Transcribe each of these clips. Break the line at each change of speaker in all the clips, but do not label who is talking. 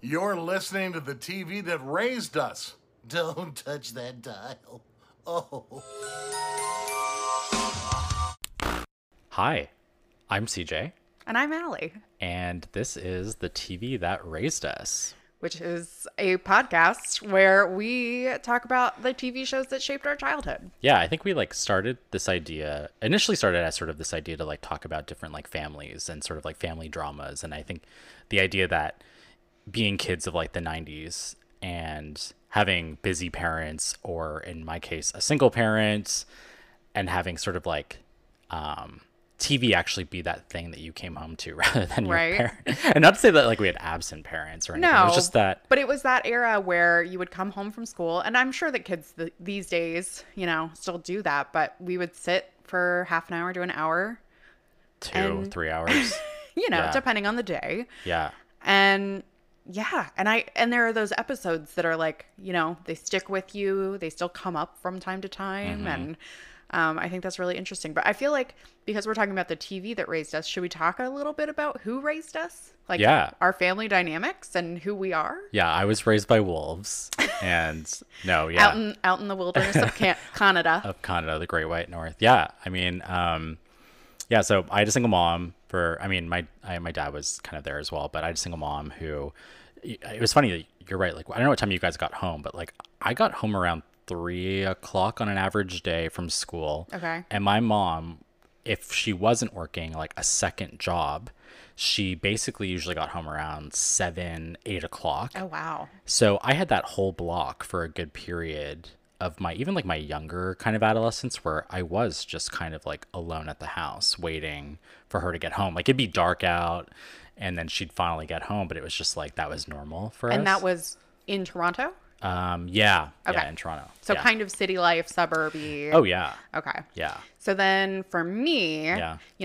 You're listening to the TV that raised us.
Don't touch that dial. Oh.
Hi, I'm CJ,
And I'm Allie,
and this is the TV that raised us.
which is a podcast where we talk about the TV shows that shaped our childhood.
Yeah, I think we like started this idea initially started as sort of this idea to like talk about different like families and sort of like family dramas, and I think the idea that being kids of like the 90s and having busy parents or in my case a single parent and having sort of like um TV actually be that thing that you came home to rather than
Right.
your parent. And not to say that like we had absent parents or anything.
No,
It was just that
But it was that era where you would come home from school, and I'm sure that kids th- these days, you know, still do that. But we would sit for half an hour to an hour,
two,
and-
three hours.
you know,
Yeah.
depending on the day.
yeah.
and yeah and i and there are those episodes that are like you know they stick with you they still come up from time to
Mm-hmm.
time and um, i think that's really interesting but i feel like because we're talking about the tv that raised us should we talk a little bit about who raised us like
Yeah.
our family dynamics and who we are
Yeah, I was raised by wolves. And no, yeah.
out in out in the wilderness of Can- canada
of Canada, the Great White North. Yeah. I mean, um, yeah, so I had a single mom for I mean, my I, my dad was kind of there as well, but I had a single mom who it was funny, you're right. Like I don't know what time you guys got home, but like I got home around three o'clock on an average day from school.
Okay.
And my mom, if she wasn't working like a second job, she basically usually got home around seven, eight o'clock.
oh wow
So I had that whole block for a good period of my even like my younger kind of adolescence where I was just kind of like alone at the house waiting for her to get home. Like it'd be dark out and then she'd finally get home, but it was just like that was normal for
and
us.
that was in toronto
um yeah, yeah
Okay.
in Toronto.
so
yeah.
kind of city life suburby
Oh yeah.
okay
Yeah.
So then for me, you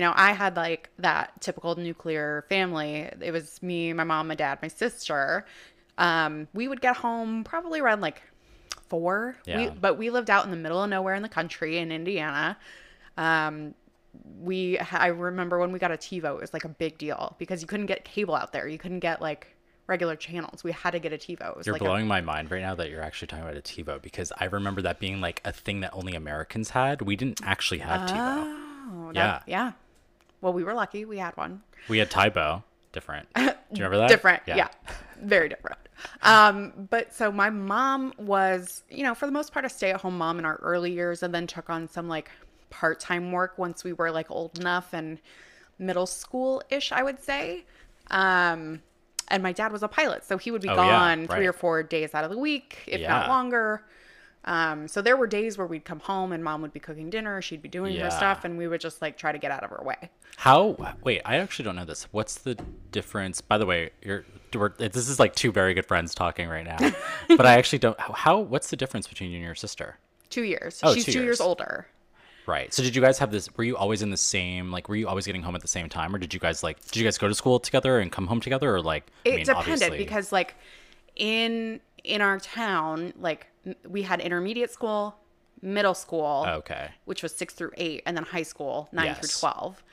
know, I had like that typical nuclear family. It was me, my mom, my dad, my sister. Um, we would get home probably around like four. We,
Yeah.
but we lived out in the middle of nowhere in the country in Indiana. Um, we I remember when we got a TiVo, it was like a big deal because you couldn't get cable out there. You couldn't get like regular channels. We had to get a TiVo. It was
You're
like a-
blowing my mind right now that you're actually talking about a TiVo because I remember that being like a thing that only Americans had. We didn't actually have TiVo.
oh, that- yeah. Well, we were lucky. We had one.
We had Tybo. Different. Do you remember that?
different yeah. very different um but so my mom was you know for the most part a stay-at-home mom in our early years and then took on some like part-time work once we were like old enough and middle school-ish i would say um and my dad was a pilot so he would be
Oh, yeah,
gone three
right.
or four days out of the week if
Yeah.
not longer um so there were days where we'd come home and mom would be cooking dinner she'd be doing
Yeah.
her stuff and we would just like try to get out of her way
How? Wait, I actually don't know this. What's the difference? By the way, you're we're, this is like two very good friends talking right now, but I actually don't. How? What's the difference between you and your sister?
two years
Oh,
she's
two
two years
years.
older
Right. So did you guys have this? Were you always in the same? Like, were you always getting home at the same time, or did you guys like? Did you guys go to school together and come home together, or like?
it depended because like in in our town like m- we had intermediate school middle school
Okay.
which was six through eight and then high school nine
Oh.
through
Yes.
12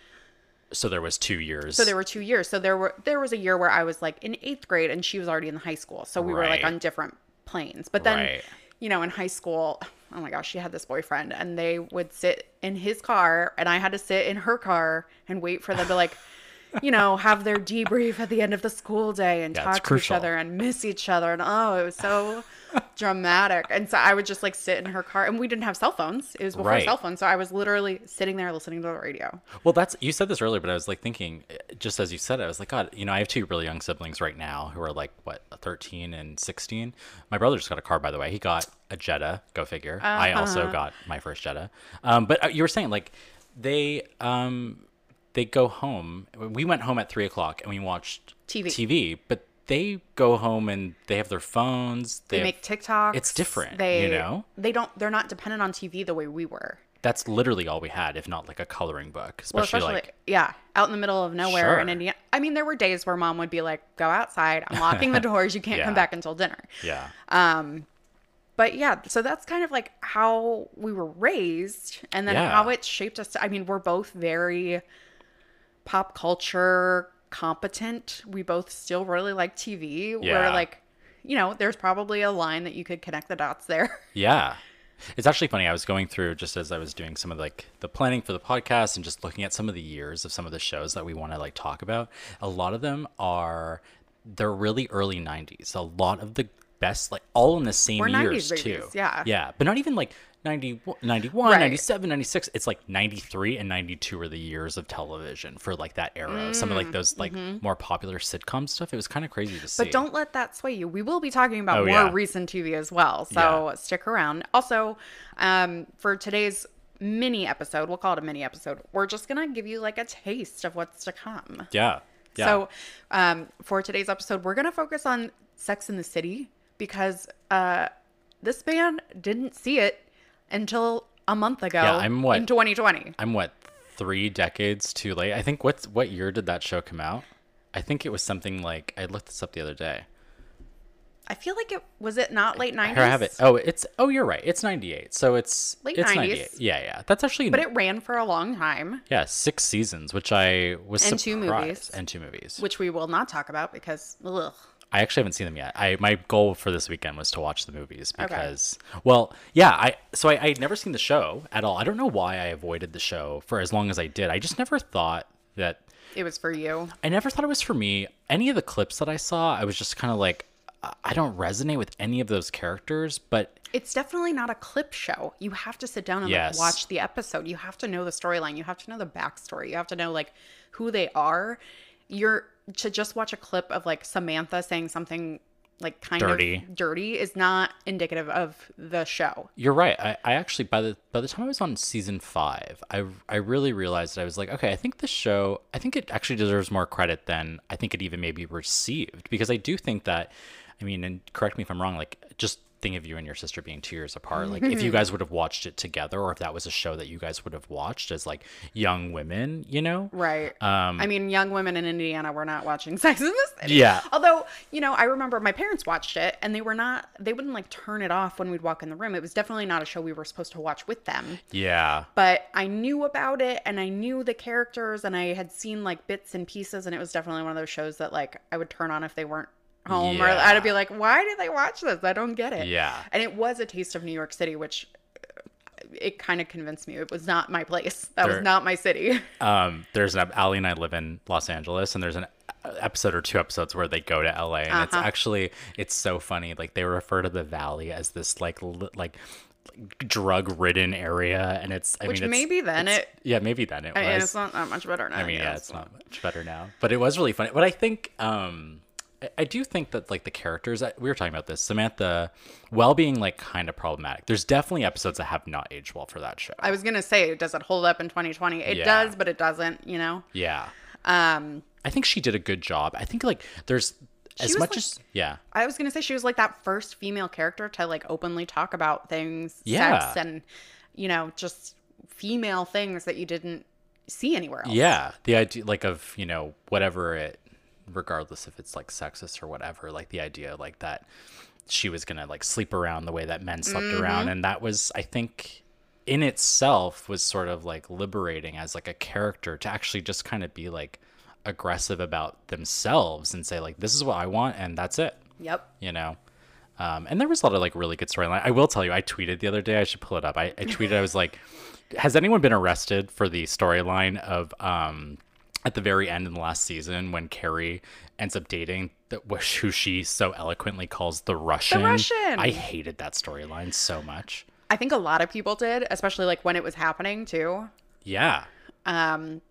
So there was two years.
so there were two years so there were there was a year where i was like in eighth grade and she was already in the high school so we were like
Right.
on different planes but then
Right.
you know in high school oh my gosh she had this boyfriend and they would sit in his car and i had to sit in her car and wait for them to like you know have their debrief at the end of the school day and
Yeah, it's
talk to each
crucial.
other and miss each other and oh it was so dramatic and so i would just like sit in her car and we didn't have cell phones it was before
Right.
cell phones so i was literally sitting there listening to the radio
Well, that's you said this earlier, but I was like thinking, eh, just as you said, it, I was like, God, you know, I have two really young siblings right now who are like what, thirteen and sixteen. My brother just got a car, by the way. He got a Jetta. Go figure. I
Uh-huh.
also got my first Jetta. Um, but uh, you were saying like they um, they go home. We went home at three o'clock and we watched
TV.
TV, but they go home and they have their phones.
they
have-
make TikToks.
It's different,
They,
you know.
they don't. They're not dependent on TV the way we were.
That's literally all we had, if not like a coloring book, especially,
Well, especially
like
yeah, out in the middle of nowhere in
Sure.
Indiana. I mean, there were days where mom would be like, "Go outside. I'm locking the doors. You can't
Yeah.
come back until dinner."
yeah.
But yeah, so that's kind of like how we were raised, and then
Yeah.
how it shaped us. I mean, we're both very pop culture competent. We both still really like TV.
Yeah.
We're like, you know, there's probably a line that you could connect the dots there.
Yeah. It's actually funny. I was going through just as I was doing some of like the planning for the podcast and just looking at some of the years of some of the shows that we want to like talk about. A lot of them are they're really early 90s. A lot of the best like all in the same
We're 90s
years
babies,
too.
yeah.
Yeah, but not even like 90, 91,
Right.
97, 96. It's like 93 and 92 are the years of television for like that era. Some of like those like more popular sitcom stuff. It was kind of crazy to see.
Mm, mm-hmm. But don't let that sway you. We will be talking about
Oh,
more
yeah.
recent TV as well. So stick around. Also, um, for today's mini episode, we'll call it a mini episode, we're just going to give you like a taste of what's to come.
Yeah. Yeah.
So um, for today's episode, we're going to focus on Sex in the City because uh, this band didn't see it until a month ago
Yeah, I'm what-
in 2020.
I'm what three decades too late. I think what's what year did that show come out? I think it was something like I looked this up the other day.
I feel like it was it not late 90s?
Here I have it. Oh, it's oh you're right. It's 98. So it's
Late
it's
90s.
Yeah, yeah. That's actually
But it ran for a long time,
yeah six seasons, which I was
And
surprised.
two movies.
and two movies.
which we will not talk about because ugh.
I actually haven't seen them yet. I my goal for this weekend was to watch the movies because well, yeah, I so I I'd never seen the show at all. I don't know why I avoided the show for as long as I did. I just never thought that
it was for you.
I never thought it was for me. Any of the clips that I saw, I was just kind of like, I- I don't resonate with any of those characters. But
It's definitely not a clip show. You have to sit down and
Yes.
like, watch the episode. You have to know the storyline. You have to know the backstory. You have to know like who they are. You're to just watch a clip of like Samantha saying something like kind
Dirty.
of dirty is not indicative of the show.
you're right. I, I actually by the by the time I was on season five, I I really realized that I was like, okay, I think this show, I think it actually deserves more credit than I think it even maybe received because I do think that, I mean, and correct me if I'm wrong, like just think of you and your sister being two years apart like if you guys would have watched it together or if that was a show that you guys would have watched as like young women you know
Right.
um
I mean, young women in Indiana were not watching Sex in the City.
Yeah.
Although, you know, I remember my parents watched it and they were not, they wouldn't like turn it off when we'd walk in the room. It was definitely not a show we were supposed to watch with them.
yeah
but I knew about it and I knew the characters and I had seen like bits and pieces and it was definitely one of those shows that like I would turn on if they weren't home or
Yeah.
I'd be like, why did they watch this? I don't get it.
Yeah.
And it was a taste of New York City, which uh, it kind of convinced me it was not my place. That
There-
was not my city.
um, there's an Ali and I live in Los Angeles, and there's an uh, episode or two episodes where they go to LA, and it's
Uh-huh.
actually it's so funny. Like they refer to the Valley as this like li- like drug ridden area, and it's I
Which
mean it's,
maybe then
it's-
it-
yeah maybe then it
and it's
was.
not that much better now.
I mean yeah, it's not much better now, but it was really funny. But I think um, I, I do think that like the characters I- we were talking about this Samantha, well being like kind of problematic. There's definitely episodes that have not aged well for that show.
I was gonna say, does it hold up in 2020? It
Yeah.
does, but it doesn't. You know.
yeah.
Um,
I think she did a good job. I think like there's as
was,
much
like-
as yeah,
I was gonna say she was like that first female character to like openly talk about things,
Yeah.
sex, and you know, just female things that you didn't see anywhere else.
yeah. The idea like of you know whatever it, regardless if it's like sexist or whatever, like the idea like that she was gonna like sleep around the way that men slept
Mm-hmm.
around, and that was I think in itself was sort of like liberating as like a character to actually just kind of be like aggressive about themselves and say like this is what I want and that's it.
Yep.
you know. Um, and there was a lot of like really good storyline. I will tell you, I tweeted the other day. I should pull it up. I, I tweeted, I was like, "Has anyone been arrested for the storyline of um, at the very end in the last season when Carrie ends up dating that was who she so eloquently calls the Russian?"
Russian!
I hated that storyline so much.
I think a lot of people did, especially like when it was happening too.
Yeah,
Um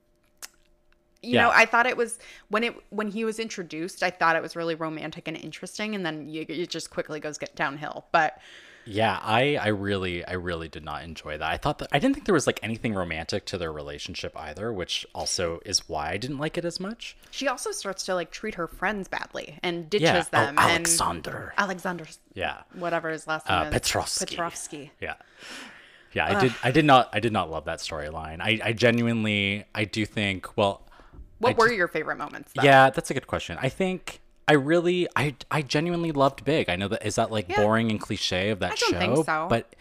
you
Yeah.
know, I thought it was when it when he was introduced, I thought it was really romantic and interesting, and then you, it just quickly goes get downhill. But
yeah. I I really I really did not enjoy that. I thought that I didn't think there was like anything romantic to their relationship either, which also is why I didn't like it as much.
she also starts to like treat her friends badly and ditches
Yeah.
them.
oh,
and
Alexander.
Alexander,
Yeah.
whatever his last name
uh,
is,
Petrovsky.
Petrovsky.
Yeah. Yeah, I did. I did not. I did not love that storyline. I, I genuinely. I do think. Well,
What were your favorite moments? Though?
yeah, that's a good question. I think I really. I I genuinely loved Big. I know that is that like boring and cliche of that
don't
show.
think so.
But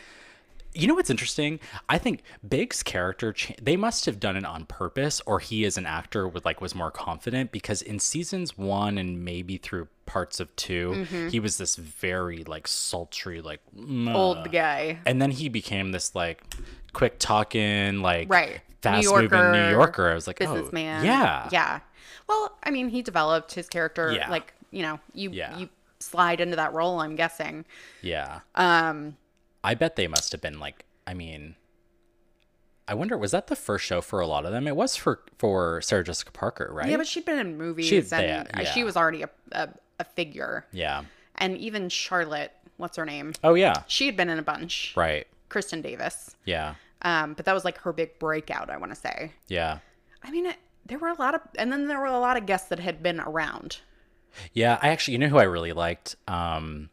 You know what's interesting? I think Big's character cha- they must have done it on purpose, or he as an actor would like was more confident because in seasons one and maybe through parts of 2
Mm-hmm.
he was this very like sultry, like "Mm, uh,"
Old guy.
and then he became this like quick talking, like
Right.
fast moving New Yorker. I was like, oh,
businessman.
yeah,
Yeah. Well, I mean, he developed his character
Yeah.
like, you know, you
Yeah.
you slide into that role, I'm guessing.
yeah.
Um
I bet they must have been like. I mean, I wonder. Was that the first show for a lot of them? It was for for Sarah Jessica Parker, right?
yeah, but she'd been in movies and
there,
uh, she
yeah.
was already a, a a figure.
yeah.
And even Charlotte, what's her name?
Oh yeah.
She had been in a bunch.
Right.
Kristen Davis.
Yeah.
Um, but that was like her big breakout, I want to say.
Yeah.
I mean, it, there were a lot of, and then there were a lot of guests that had been around.
Yeah. I actually, you know who I really liked. Um,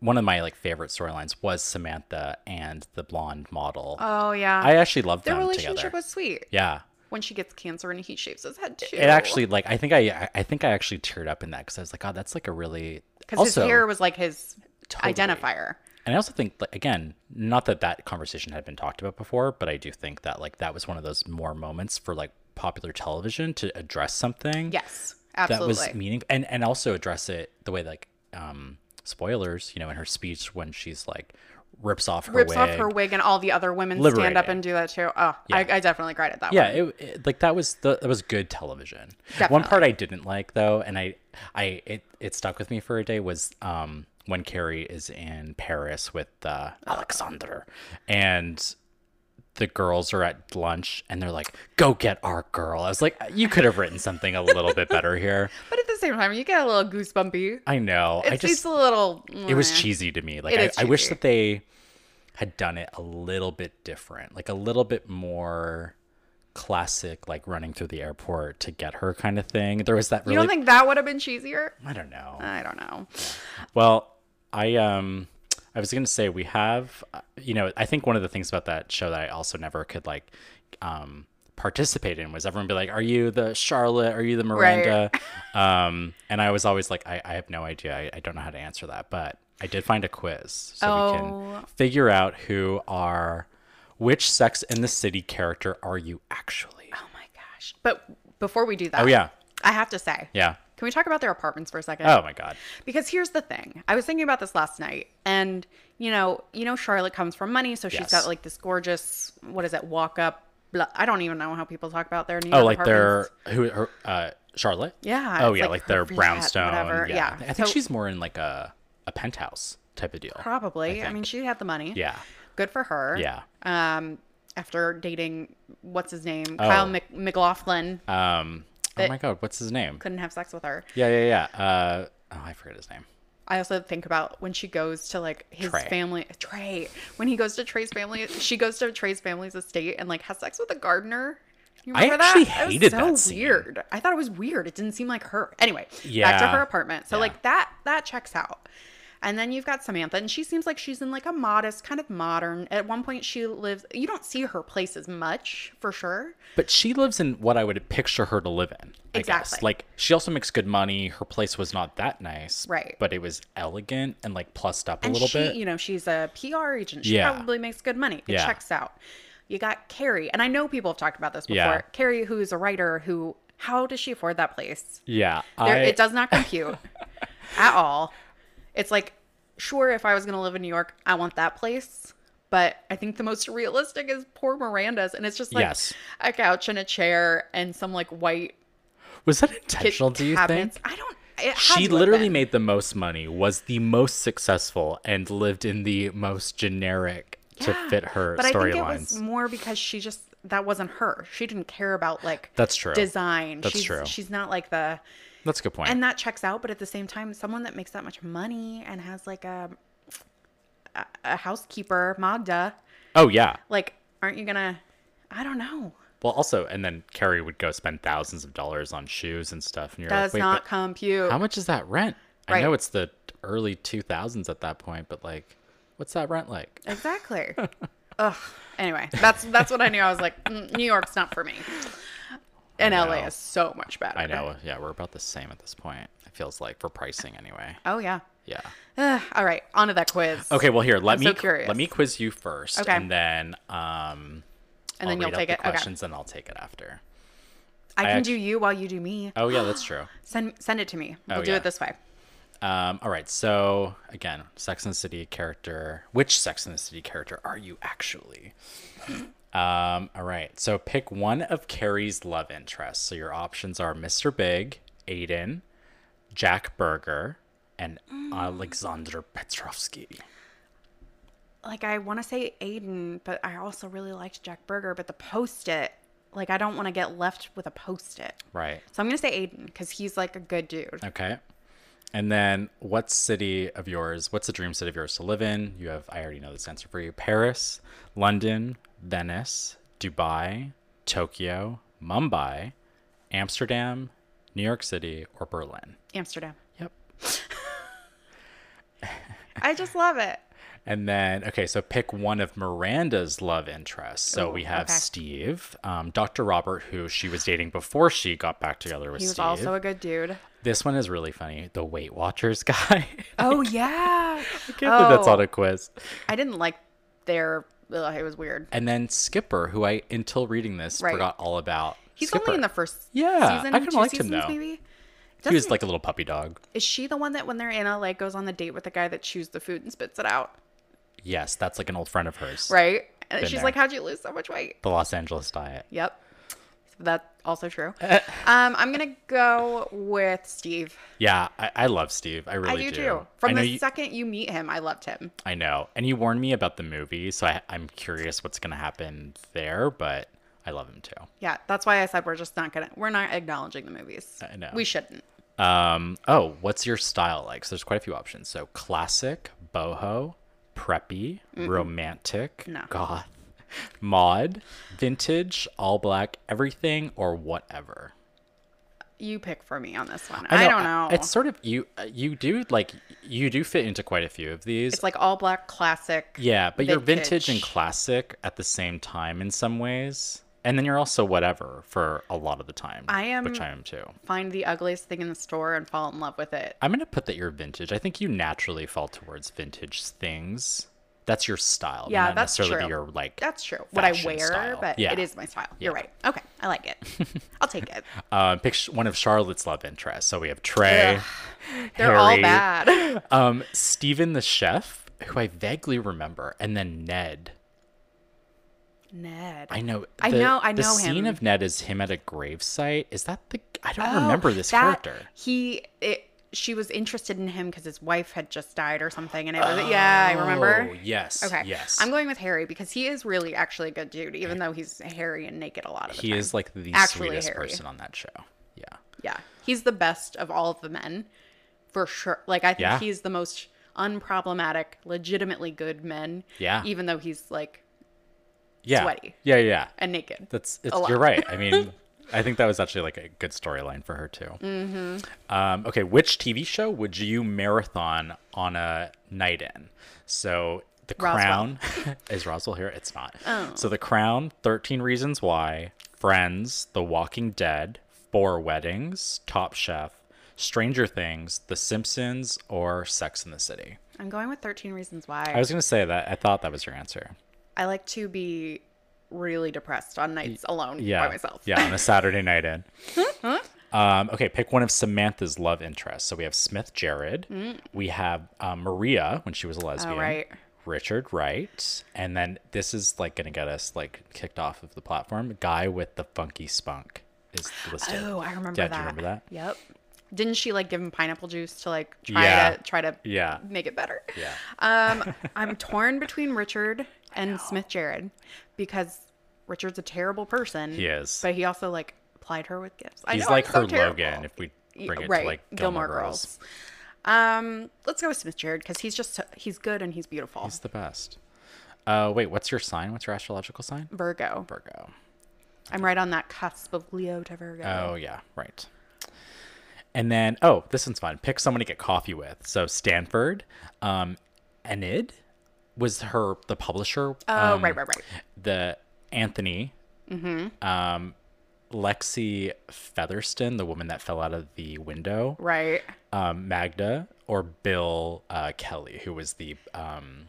one of my like favorite storylines was Samantha and the blonde model.
Oh yeah,
I actually loved
their
them
relationship
together.
was sweet.
yeah.
When she gets cancer and he shaves his head too.
It actually like I think I I- I think I actually teared up in that because I was like, oh, that's like a really
because his
also-
hair was like his
Totally.
identifier.
And I also think, like, again, not that that conversation had been talked about before, but I do think that like that was one of those more moments for like popular television to address something.
Yes,
that
absolutely.
was meaningful, and and also address it the way like um spoilers, you know, in her speech when she's like rips off her
Rips
wig.
off her wig, and all the other women stand up
Liberating.
and do that too. Oh, I, I definitely cried at that
Yeah,
one.
it, it- like that was the, that was good television. One part I didn't like though, and I I it, it stuck with me for a day was um when Carrie is in Paris with uh, Alexander, and the girls are at lunch and they're like, "Go get our girl." I was like, "You could have written something a little bit better here."
But at the same time, you get a little goosebumpy.
I know. I
It's,
just
it's a little. mm.
it was
meh.
cheesy to me. Like
Mm-hmm. It
I,
is
I wish
cheesy.
that they had done it a little bit different, like a little bit more classic, like running through the airport to get her kind of thing. There was that
You
really.
don't think that would have been cheesier?
I don't know.
I don't know.
Well, I um, I was gonna say we have, uh, you know, I think one of the things about that show that I also never could like, um, participate in was everyone be like, "Are you the Charlotte? Are you the Miranda?" Um, and I was always like, "I, I have no idea. I, I don't know how to answer that." But I did find a quiz, so we
Oh.
can figure out who are, which Sex in the City character are you actually?
Oh my gosh! But before we do that,
Oh yeah,
I have to say,
yeah.
Can we talk about their apartments for a second?
Oh my god.
Because here's the thing. I was thinking about this last night and you know, you know Charlotte comes from money, so she's
Yes.
got like this gorgeous what is it, walk up blah, I don't even know how people talk about their New York
Oh, like
apartments.
their who her uh Charlotte?
Yeah,
Oh
it's
yeah, like,
like her
their
flat,
brownstone.
whatever,
Yeah.
yeah.
I think
So-
she's more in like a a penthouse type of deal.
probably. I, mean, she had the money.
Yeah.
Good for her.
Yeah.
Um after dating what's his name? Kyle
Oh.
Mc- McLaughlin
Um Oh my god, what's his name?
couldn't have sex with her.
Yeah, yeah, yeah. Uh oh, I forget his name.
I also think about when she goes to like his
Trey.
family, Trey. When he goes to Trey's family, she goes to Trey's family's estate and like has sex with a gardener. You
I
remember
actually
that?
hated
that
that
was so
scene.
weird. I thought it was weird. It didn't seem like her. Anyway, back to
Yeah.
her apartment. So
Yeah.
like that that checks out. And then you've got Samantha, and she seems like she's in like a modest, kind of modern. At one point, she lives. You don't see her place as much for sure.
But she lives in what I would picture her to live in. I
Exactly.
Guess. Like she also makes good money. Her place was not that nice.
Right.
But it was elegant and like plussed up a
and
little
she,
bit.
You know, she's a PR agent. She
Yeah.
probably makes good money. It
Yeah.
checks out. You got Carrie, and I know people have talked about this before.
Yeah.
Carrie, who's a writer, who how does she afford that place?
yeah.
There,
I,
it does not compute at all. It's like, sure, if I was going to live in New York, I want that place. But I think the most realistic is poor Miranda's, and it's just like
Yes.
a couch and a chair and some like white
was that
kit
intentional, do you think?
cabinets. I don't. It had to
she
have
literally
been.
made the most money, was the most successful, and lived in the most generic to fit her
but I think it was
storylines.
more because she just that wasn't her. She didn't care about like
That's true.
design.
That's
she's,
true.
She's not like the
That's a good point.
and that checks out. But at the same time, someone that makes that much money and has like a a, a housekeeper, Magda,
oh yeah.
like, aren't you gonna? I don't know.
Well, also, and then Carrie would go spend thousands of dollars on shoes and stuff, and you're
Does
like, wait,
not
but
compute.
how much is that rent? I
Right.
know it's the early 2000s at that point, but like, what's that rent like?
Exactly. Ugh. Anyway, that's that's what I knew. I was like, mm, New York's not for me. And
I
LA
know.
is so much better.
I know. Yeah, we're about the same at this point. It feels like for pricing anyway.
Oh yeah.
Yeah.
Ugh, all right, on to that quiz.
Okay. Well, here let
I'm
me
so curious.
let me quiz you first,
Okay.
and then um,
And then
I'll
you'll
read out
take
the
it. Okay.
questions, and I'll take it after.
I can
act-
do you while you do me.
Oh yeah, that's true.
Send send it to me. We'll
Oh,
do
yeah.
it this way.
Um, all right. So again, Sex and the City character. Which Sex and the City character are you actually? Um, all right. So pick one of Carrie's love interests. So your options are Mr. Big, Aiden, Jack Berger, and Alexander Petrovsky.
Like I want to say Aiden, but I also really liked Jack Berger. But the post it, like I don't want to get left with a post it.
Right.
So I'm gonna say Aiden because he's like a good dude.
Okay. And then what city of yours, what's a dream city of yours to live in? You have, I already know this answer for you Paris, London, Venice, Dubai, Tokyo, Mumbai, Amsterdam, New York City, or Berlin.
Amsterdam.
Yep.
I just love it.
And then, okay, so pick one of Miranda's love interests. So we have
okay.
Steve, um, Dr. Robert, who she was dating before she got back together with
He was
Steve.
also a good dude.
this one is really funny the Weight Watchers guy.
Oh yeah.
Can't believe that's
Oh.
on a quiz.
I didn't like their. Ugh, it was weird.
and then Skipper, who I until reading this
Right.
forgot all about.
He's
Skipper.
only in the first
Yeah,
season.
I kinda
two
liked him,
seasons,
though.
Maybe.
he was
Doesn't-
like a little puppy dog.
Is she the one that when they're in a like goes on the date with the guy that chews the food and spits it out?
Yes, that's like an old friend of hers.
Right? And
Been
she's
there.
like, How'd you lose so much weight?
The Los Angeles diet.
Yep. That's also true.
Uh.
um, I'm gonna go with Steve.
Yeah, I, I love Steve. I really
I do,
do.
too.
I
From
know
the
you,
second you meet him, I loved him.
I know, and you warned me about the movie, so I, I'm curious what's gonna happen there. But I love him too.
Yeah, that's why I said we're just not gonna we're not acknowledging the movies.
I know.
We shouldn't.
Um, oh, what's your style like? So there's quite a few options. So classic, boho, preppy, romantic,
No.
goth, mod, vintage, all black, everything, or whatever.
You pick for me on this one. I, don't know.
It's sort of you. uh, You do like you do fit into quite a few of these.
It's like all black classic.
yeah, but you're vintage and classic at the same time in some ways, and then you're also whatever for a lot of the time.
I am-
which I am too.
Find the ugliest thing in the store and fall in love with it.
I'm gonna put that you're vintage. I think you naturally fall towards vintage things. That's your style.
Yeah,
not
that's
necessarily
true.
your like.
That's true. What I
fashion
wear,
style.
but
Yeah.
it is my style. You're right. Okay, I like it. I'll take it.
Uh, pick sh- one of Charlotte's love interests. So we have Trey.
They're all
Harry,
bad.
Um, Steven the chef, who I vaguely remember, and then Ned.
Ned.
I know.
I
the-
know- I
the
know
scene
him.
of Ned is him at a gravesite. Is that the? I don't
Oh,
remember this
that-
character.
He it. She was interested in him because his wife had just died or something, and it was yeah, I remember.
Oh, yes.
Okay.
Yes.
I'm going with Harry because he is really actually a good dude, even though he's hairy and naked a lot of the
He
time.
is like the
Actually
sweetest
Harry.
person on that show. Yeah.
Yeah. He's the best of all of the men, for sure. Like, I think
Yeah.
he's the most unproblematic, legitimately good men.
Yeah.
Even though he's like
Yeah.
Sweaty.
Yeah. Yeah.
and naked.
That's
A
it's,
lot.
you're right. I mean, I think that was actually like a good storyline for her too. Mm-hmm. Um, okay, which TV show would you marathon on a night in? So The
Roswell. Oh.
Crown is Roswell here? It's not. So The Crown, Thirteen Reasons Why, Friends, The Walking Dead, Four Weddings, Top Chef, Stranger Things, The Simpsons, or Sex in the City.
I'm going with 13 Reasons Why.
I was gonna say that. I thought that was your answer.
I like to be really depressed on nights alone
yeah,
by myself.
yeah, on a Saturday night in. um, okay, pick one of Samantha's love interests. So we have Smith Jared. We have uh, Maria when she was a lesbian.
Mm. Oh, right.
Richard Wright, and then this is like gonna get us like kicked off of the platform. Guy with the funky spunk is listed.
Oh, I remember
Yeah,
that.
do you remember that?
Yep. Didn't she like give him pineapple juice to like try
Yeah.
to try to
Yeah,
make it better?
yeah.
Um, I'm torn between Richard and Smith Jared because Richard's a terrible person.
He is.
But he also like plied her with gifts. I
He's
know,
like
I'm so
her
terrible.
Logan. If we
Y-
bring it
right,
to like Gilmore, Girls.
Um, let's go with Smith Jared because he's just so- he's good and he's beautiful.
it's the best. Uh, wait, what's your sign? What's your astrological sign?
Virgo.
Virgo.
I'm right on that cusp of Leo to Virgo.
Oh yeah, right. And then oh, this one's fun. Pick someone to get coffee with. So Stanford, um, Enid was her the publisher.
Oh,
um,
right, right, right.
The Anthony,
Mm-hmm.
um, Lexi Featherston, the woman that fell out of the window,
Right.
um, Magda or Bill uh, Kelly, who was the um,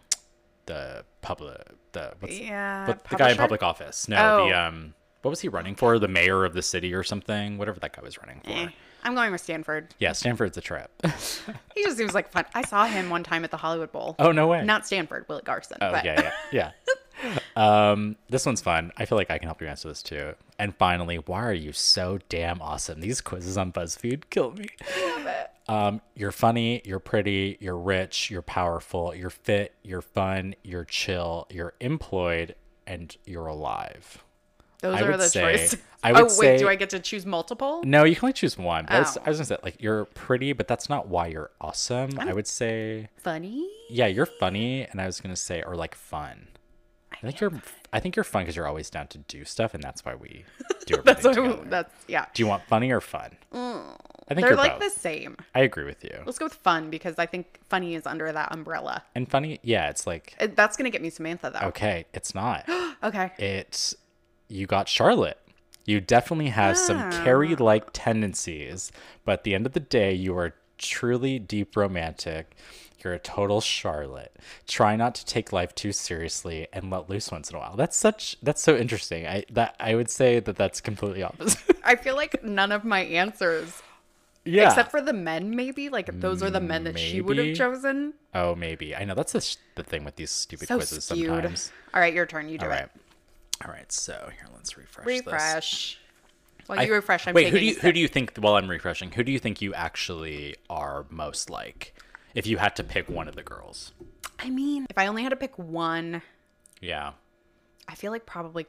the public the what's
Yeah.
what, the guy in
publisher?
public office. No,
Oh.
the um, what was he running for? The mayor of the city or something? Whatever that guy was running for.
Eh, I'm going with Stanford.
Yeah, Stanford's a trip.
He just seems like fun. I saw him one time at the Hollywood Bowl.
oh no way.
Not Stanford, Willie Garson.
Oh,
but
yeah, yeah, yeah. um, this one's fun. I feel like I can help you answer this too. And finally, why are you so damn awesome? These quizzes on BuzzFeed kill me. Um, you're funny, you're pretty, you're rich, you're powerful, you're fit, you're fun, you're chill, you're employed, and you're alive.
those
I
are
would
the
say-
choices.
I would
oh, wait,
say-
do I get to choose multiple?
No, you can only choose one. But I, was,
Oh.
I was gonna say like you're pretty, but that's not why you're awesome. I would say
Funny?
yeah, you're funny, and I was gonna say or like fun. I think you're I think you're fun because you're always down to do stuff, and that's why Mm. we do everything
That's what
together.
that's yeah.
Do you want funny or fun? I think
They're
you're
like
both.
the same.
I agree with you.
Let's go with fun because I think funny is under that umbrella.
And funny, yeah, it's like
Uh, That's gonna get me Samantha though.
okay, it's not.
Okay.
it's you got Charlotte. You definitely have some Carrie
Ah.
like tendencies, but at the end of the day, you are truly deep romantic. You're a total Charlotte. Try not to take life too seriously and let loose once in a while. That's such that's so interesting. I that I would say that that's completely opposite.
I feel like none of my answers,
yeah.
except for the men, maybe like those are the men that she would
Maybe.
have chosen.
oh, maybe. I know that's the, sh- the thing with these stupid
So
quizzes
skewed.
sometimes.
All right, your turn. You do
All right.
it.
All right. So, here let's refresh this.
Refresh. While
I-
you refresh, I'm
wait. Who
taking
do
a
you who
sip.
do you think? While I'm refreshing, who do you think you actually are most like? If you had to pick one of the girls,
I mean, if I only had to pick one,
yeah,
I feel like probably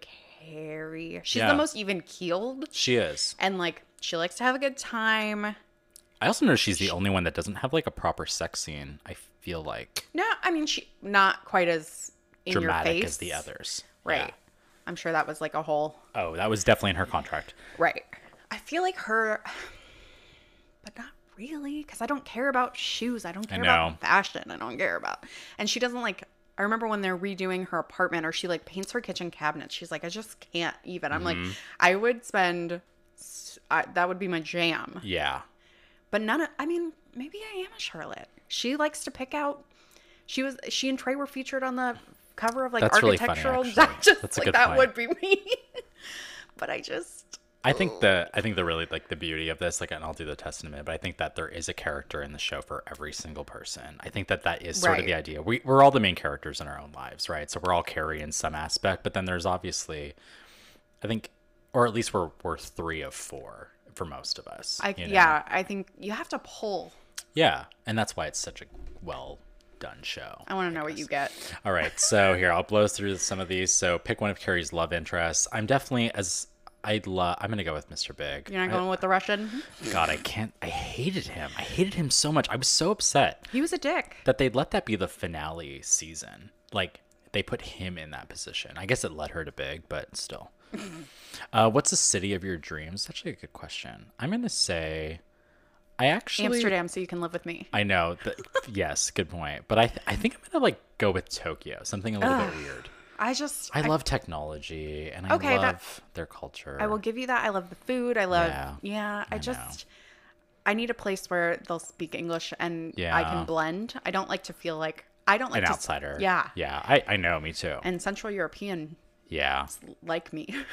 Carrie. She's
Yeah.
the most even keeled,
she is.
and like she likes to have a good time.
I also know she's the only one that doesn't have like a proper sex scene. I feel like
No, I mean she not quite as in your
dramatic
face
as the others.
Right.
Yeah.
I'm sure that was like a whole
Oh, that was definitely in her contract.
right. I feel like her, but not really, because I don't care about shoes. I don't care
know.
about fashion. I don't care about, and she doesn't like. I remember when they're redoing her apartment, or she like paints her kitchen cabinet. She's like, I just can't even. I'm
Mm-hmm.
like, I would spend. s- I, that would be my jam.
Yeah.
But none of, I mean, maybe I am a Charlotte. She likes to pick out. She was. She and Trey were featured on the cover of like
That's really funny,
architectural.
actually.
just,
That's a
like,
good
that
point.
would be me. but I just.
I think
Oh.
the I think the really like the beauty of this like and I'll do the test in a minute, but I think that there is a character in the show for every single person. I think that that is sort of the
Right.
idea. We we're all the main characters in our own lives, right? So we're all Carrie in some aspect, but then there's obviously, I think, or at least we're we're three of four for most of us.
I,
you know?
Yeah, I think you have to pull.
yeah, and that's why it's such a well done show.
I want to know what you get.
All right, so here I'll blow through some of these. So pick one of Carrie's love interests. I'm definitely as I'd love. I'm gonna go with Mr. Big.
You're not
I- Mm-hmm.
going with the Russian.
God, I can't. I hated him. I hated him so much. I was so upset
He was a dick.
that they let that be the finale season. Like they put him in that position. I guess it led her to big, but still. uh, what's the city of your dreams? Actually, a good question. I'm gonna say, I actually
Amsterdam, so you can live with me.
I know. That, yes, good point. But I th- I think I'm gonna like go with Tokyo. Something a little bit weird.
I just.
I love technology and I
Okay,
love
that-
their culture.
I will give you that. I love the food. I love.
Yeah.
Yeah. I, just. I need a place where they'll speak English and I
Yeah.
can blend. I don't like to feel like I don't like
an
to,
outsider.
Yeah.
Yeah. I, I know. Me too.
And Central European
yeah.
like me.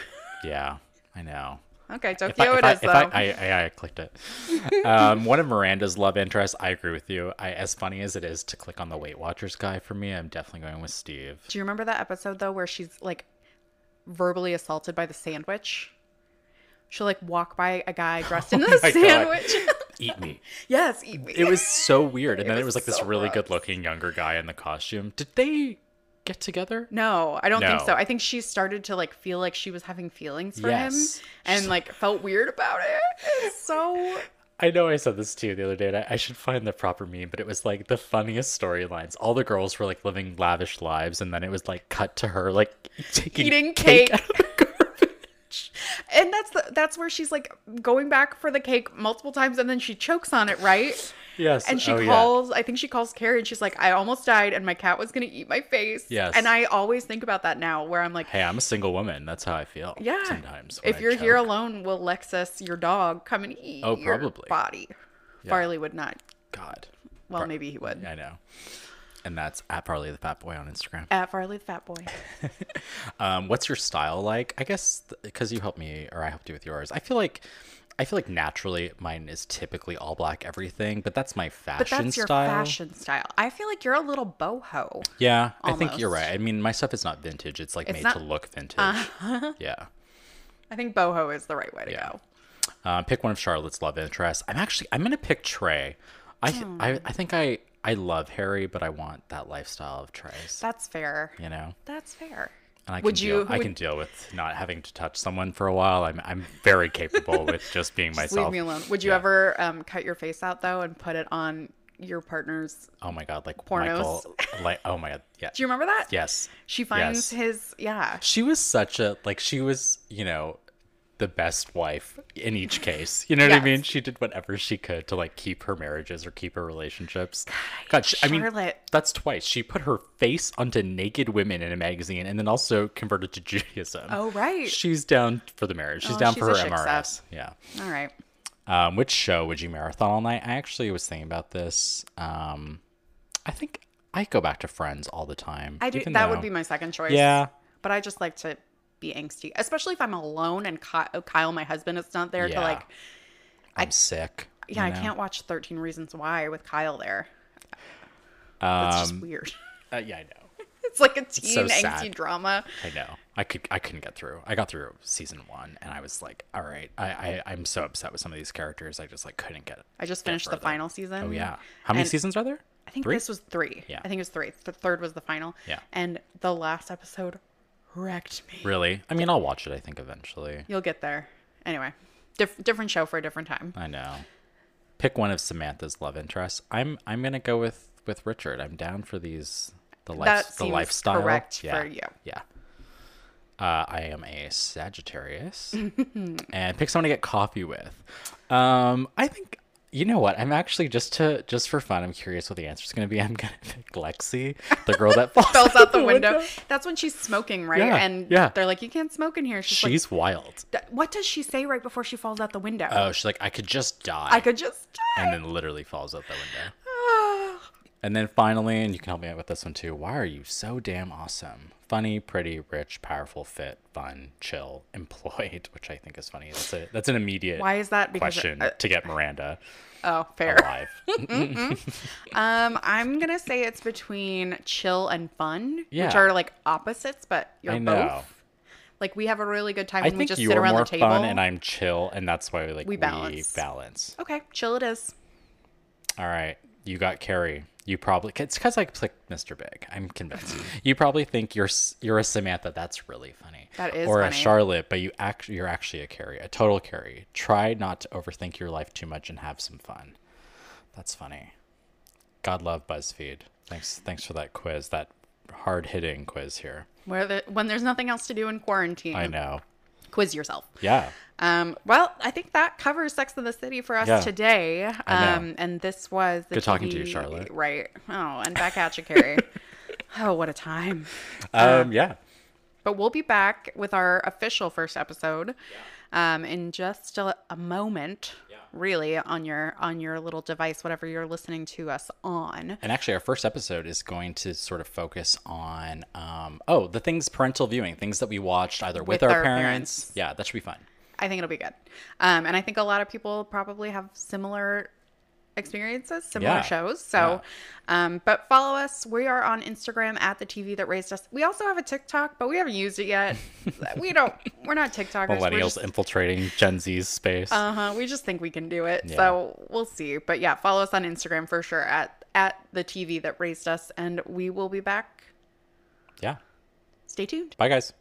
Yeah. I know.
okay,
if I,
Tokyo
if
it
I,
is
if
though.
I, I, I, I clicked it. Um, one of Miranda's love interests. I agree with you. I, as funny as it is to click on the Weight Watchers guy for me, I'm definitely going with Steve.
Do you remember that episode though where she's like verbally assaulted by the sandwich? She'll like walk by a guy dressed in the
Oh my God.
sandwich.
Eat me.
yes, e, eat me.
It was so weird. And then it was
was
like this
so
really
gross.
good-looking younger guy in the costume. Did they get together?
No, I don't think
No.
so. I think she started to like feel like she was having feelings for
Yes.
him and like felt weird about it. It's so
I know I said this to you the other day, and I, I should find the proper meme, but it was like the funniest storylines. All the girls were like living lavish lives, and then it was like cut to her like taking
eating
cake
cake. and that's the, that's where she's like going back for the cake multiple times and then she chokes on it, right?
Yes,
And she
oh, yeah.
calls, I think she calls Carrie and she's like, I almost died and my cat was going to eat my face.
Yes.
And I always think about that now where I'm like,
Hey, I'm a single woman. That's how I feel.
yeah.
Sometimes when
If
I
you're here
choke.
alone, will Lexus, your dog, come and eat
Oh,
your
probably.
body? Farley would not
God,
Well, maybe he would.
I know. And that's at Parley the Fat Boy on Instagram.
At Farley the Fat Boy.
Um, what's your style like? I guess because you helped me, or I helped you with yours. I feel like, I feel like naturally mine is typically all black everything, but that's my fashion
But that's your
style.
fashion style. I feel like you're a little boho.
Yeah, I think you're
Almost.
right. I mean, my stuff is not vintage. It's like made to
not- Uh-huh.
look vintage. Yeah.
I think boho is the right way to go.
Uh, pick one of Charlotte's love interests. I'm actually I'm gonna pick Trey. I th- I, I think I I love Harry, but I want that lifestyle of Trey's.
That's fair.
you know,
That's fair.
and I can
Would
deal,
you-
I
would-
can deal with not having to touch someone for a while. I'm I'm very capable with just being
Just
myself.
leave me alone. Would you
Yeah.
ever um, cut your face out though and put it on your partner's?
Oh my god, like
Pornos.
Michael, like oh my god, yeah,
Do you remember that?
yes.
She finds
Yes.
his. Yeah.
She was such a like she was you know the best wife in each case. You know what I
Yes.
mean? She did whatever she could to like keep her marriages or keep her relationships. God, she, I mean,
Charlotte.
that's twice. She put her face onto naked women in a magazine, and then also converted to Judaism.
Oh right.
She's down for the marriage. She's
Oh,
down
she's
for
a
her
chick sap.
MRS. Yeah.
All right.
Um, which show would you marathon all night? I actually was thinking about this. Um, I think I go back to Friends all the time.
I do.
even
that
though-
would be my second choice.
Yeah.
But I just like to be angsty, especially if I'm alone and Ky- oh, Kyle, my husband, is not there
Yeah.
to like.
I'm sick.
Yeah,
you
I
know?
can't watch Thirteen Reasons Why with Kyle there. That's just weird.
Uh, yeah, I know.
It's like a teen
so
angsty
sad.
drama.
I know. I could. I couldn't get through. I got through season one, and I was like, "All right, I, I I'm so upset with some of these characters. I just like couldn't get."
I just finished the
further.
final season.
Oh yeah. How many
And-
seasons are there?
I think
Three?
this was three.
Yeah.
I think it was three. The third was the final.
Yeah.
And the last episode wrecked me.
Really? I mean, I'll watch it. I think eventually.
You'll get there. Anyway, diff- different show for a different time.
I know. Pick one of Samantha's love interests. I'm I'm gonna go with with Richard. I'm down for these the life
That
the
seems
lifestyle.
correct for you.
Yeah. Uh, I am a Sagittarius, and pick someone to get coffee with. Um, I think you know what. I'm actually just to just for fun. I'm curious what the answer is gonna be. I'm gonna pick Lexi, the girl that falls,
Falls out the window. That's when she's smoking, right?
Yeah,
and
yeah.
they're like, you can't smoke in here. She's,
She's wild.
like, "Th- what does she say right before she falls out the window?
Oh, she's like I could just die,
I could just die.
and then literally falls out the window. And then finally, and you can help me out with this one too. Why are you so damn awesome? Funny, pretty, rich, powerful, fit, fun, chill, employed, which I think is funny. That's a that's an immediate
Why is that? Because-
question
uh,
to get Miranda
oh, fair.
alive.
Um, I'm gonna say it's between chill and fun,
Yeah.
which are like opposites, but you're
I know.
both. Like we have a really good time
I
when we
think
just
you're
sit around
more
the table.
fun and I'm chill, and that's why we like
We balance.
balance.
okay, chill it is.
All right, you got Carrie. You probably it's because I clicked Mr. Big. I'm convinced. you probably think you're s- you're a Samantha. That's really funny.
That is
or a
funny.
Charlotte, but you act you're actually a Carrie, a total Carrie. Try not to overthink your life too much and have some fun. That's funny. God love BuzzFeed. Thanks thanks for that quiz. That hard hitting quiz here.
Where the, when there's nothing else to do in quarantine,
I know.
quiz yourself.
Yeah.
Um, well, I think that covers Sex in the City for us
Yeah.
today.
know.
Um, and this was the
Good talking to you,
TV
Charlotte.
Right. Oh, and back at you, Carrie. oh, what a time. Uh,
Um. Yeah.
But we'll be back with our official first episode um, in just a, a moment, really, on your on your little device, whatever you're listening to us on.
And actually, our first episode is going to sort of focus on um, oh, the things parental viewing, things that we watched either with,
With
our,
our
parents.
parents.
Yeah, that should be fun.
I think it'll be good. Um, and I think a lot of people probably have similar experiences, similar
Yeah.
shows. So, um, but follow us. We are on Instagram at the TV that raised us. We also have a TikTok, but we haven't used it yet. we don't. We're not TikTokers. We're
Millennials
just-
infiltrating Gen Z's space.
Uh-huh. We just think we can do it. So we'll see. But yeah, follow us on Instagram for sure at at the TV that raised us and we will be back.
yeah.
Stay tuned.
Bye, guys.